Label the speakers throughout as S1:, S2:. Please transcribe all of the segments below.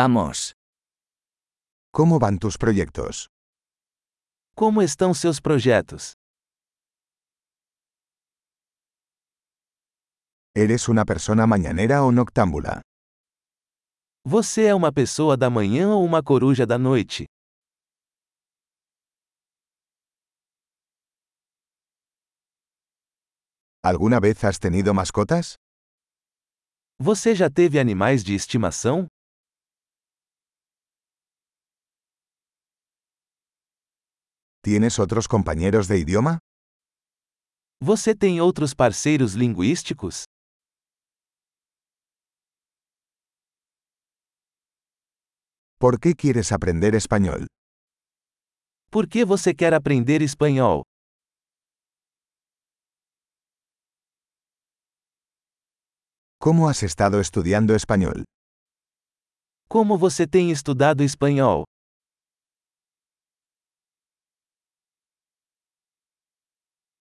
S1: Vamos.
S2: ¿Cómo van tus proyectos?
S1: Como estão seus projetos?
S2: ¿Eres una persona mañanera o noctámbula?
S1: Você é uma pessoa da manhã ou uma coruja da noite?
S2: ¿Alguna vez has tenido mascotas?
S1: Você já teve animais de estimação?
S2: ¿Tienes otros compañeros de idioma?
S1: Você tem outros parceiros linguísticos?
S2: ¿Por qué quieres aprender español?
S1: Por que você quer aprender espanhol?
S2: ¿Cómo has estado estudiando español?
S1: Como você tem estudado espanhol?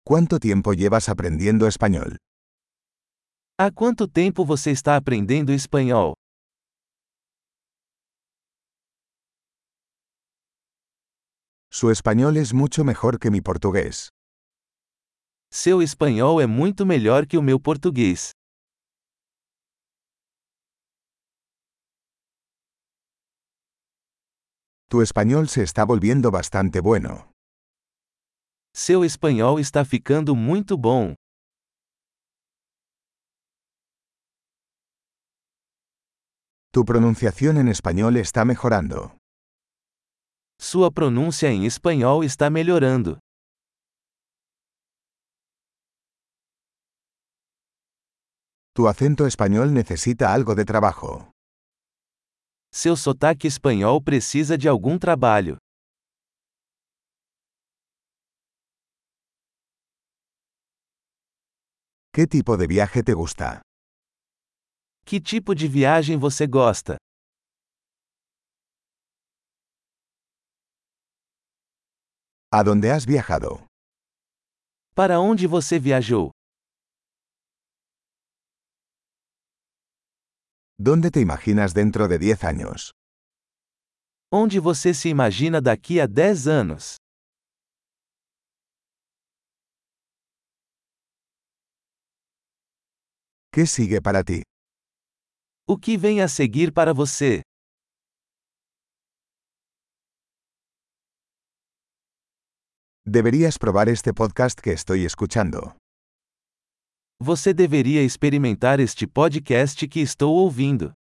S2: ¿Cuánto tiempo llevas aprendiendo español?
S1: Há quanto tempo você está aprendendo espanhol?
S2: Su español es mucho mejor que mi portugués.
S1: Seu espanhol é muito melhor que o meu português.
S2: Tu español se está volviendo bastante bueno.
S1: Seu espanhol está ficando muito bom.
S2: Tu pronunciación en español está mejorando.
S1: Sua pronúncia em espanhol está melhorando.
S2: Tu acento español necesita algo de trabajo.
S1: Seu sotaque espanhol precisa de algum trabalho.
S2: ¿Qué tipo de viaje te gusta?
S1: Que tipo de viagem você gosta?
S2: ¿A dónde has viajado?
S1: Para onde você viajou?
S2: ¿Dónde te imaginas dentro de 10 años?
S1: Onde você se imagina daqui a 10 anos?
S2: ¿Qué sigue para ti?
S1: O que vem a seguir para você?
S2: Deberías probar este podcast que estoy escuchando.
S1: Você deveria experimentar este podcast que estou ouvindo.